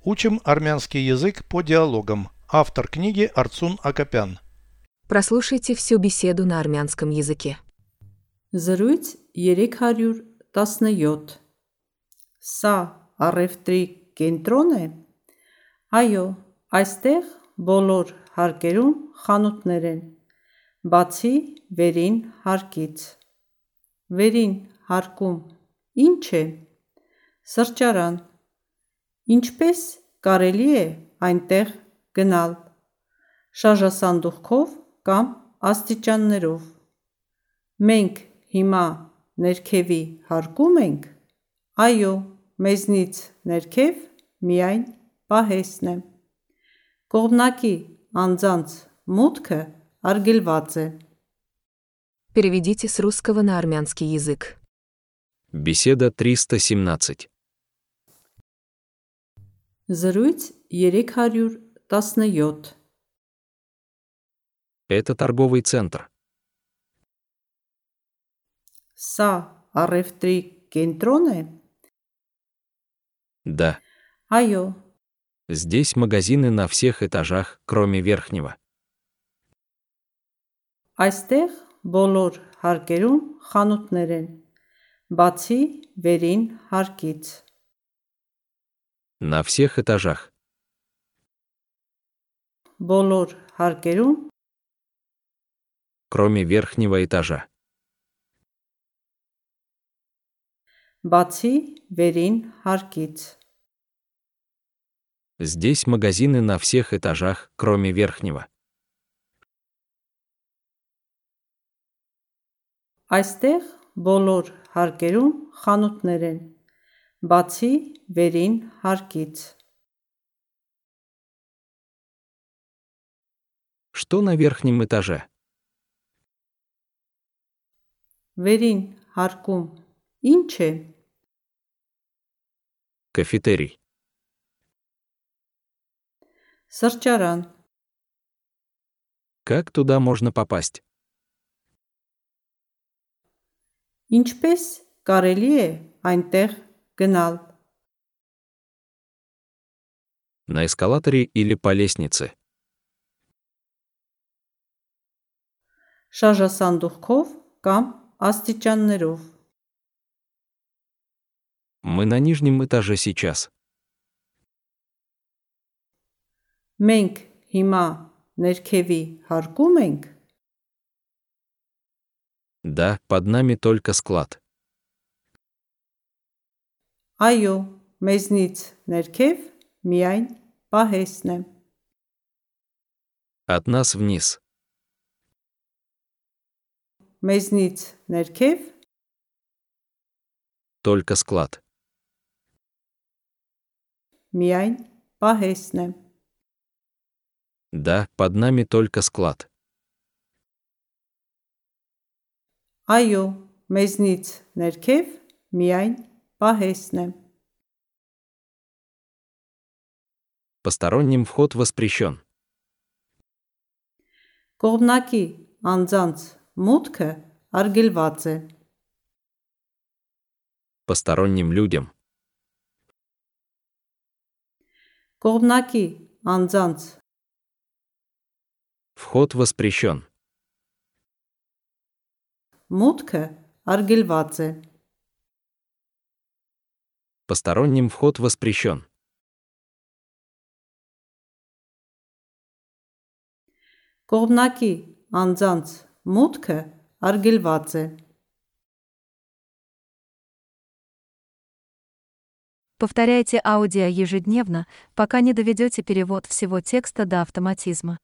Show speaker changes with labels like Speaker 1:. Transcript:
Speaker 1: Учим армянский язык по диалогам. Автор книги Арцун Акопян.
Speaker 2: Прослушайте всю беседу на армянском языке.
Speaker 3: Զրույց 317 Սա առևտրի կենտրոն է։ Այո, այստեղ բոլոր հարկերում խանութներ են, բացի վերին հարկից։ Վերին հարկում ինչ է։ Սրճարան։ Ինչպես կարելի է այնտեղ գնալ։ Շարժասանդուղքով կամ աստիճաններով։ Մենք հիմա ներքևի հարկում ենք։ Այո, մեզնից ներքև միայն պահեսն է։ Կողմնակի անձանց մուտքը արգելված է։
Speaker 2: Переведите с русского на армянский язык.
Speaker 4: Беседа 317.
Speaker 3: Զրույց 317
Speaker 4: Это торговый центр.
Speaker 3: Սա առևտրի կենտրոն է։
Speaker 4: Да,
Speaker 3: Այո,
Speaker 4: здесь магазины на всех этажах, кроме верхнего.
Speaker 3: այստեղ բոլոր հարկերում խանութներ են, բացի վերին հարկից։
Speaker 4: На всех этажах.
Speaker 3: Բոլոր հարկերում
Speaker 4: Кроме верхнего этажа.
Speaker 3: բացի վերին հարկից։
Speaker 4: Здесь магазины на всех этажах, кроме верхнего.
Speaker 3: Այստեղ բոլոր հարկերում խանութներ են, բացի վերին հարկից։
Speaker 4: Что на верхнем этаже?
Speaker 3: Վերին հարկում ինչ է։
Speaker 4: Кафетерий.
Speaker 3: Սրճարան։
Speaker 4: Как туда можно попасть?
Speaker 3: Ինչպես կարելի է այնտեղ գնալ։
Speaker 4: На эскалаторе или по лестнице?
Speaker 3: Շարժասանդուղքով կամ աստիճաններով։
Speaker 4: Мы на нижнем этаже сейчас.
Speaker 3: Մենք հիմա ներքևի հարկում ենք։
Speaker 4: Да, под нами только склад.
Speaker 3: Այո, մեզնից ներքև միայն պահեսն է։
Speaker 4: От нас вниз.
Speaker 3: Մեզնից ներքև
Speaker 4: Только склад.
Speaker 3: միայն պահեսն է։
Speaker 4: Да, под нами только склад.
Speaker 3: Այո, մեզնից ներքև միայն պահեսն է։
Speaker 4: Посторонним вход воспрещен.
Speaker 3: Կողմնակի անձանց մուտքը արգելված է։
Speaker 4: посторонним людям.
Speaker 3: Կողմնակի անձանց
Speaker 4: Вход воспрещен.
Speaker 3: մուտքը արգելված է։
Speaker 4: Посторонним вход воспрещен.
Speaker 3: Կողմնակի անձանց մուտքը արգելված է։
Speaker 5: Повторяйте аудио ежедневно, пока не доведете перевод всего текста до автоматизма.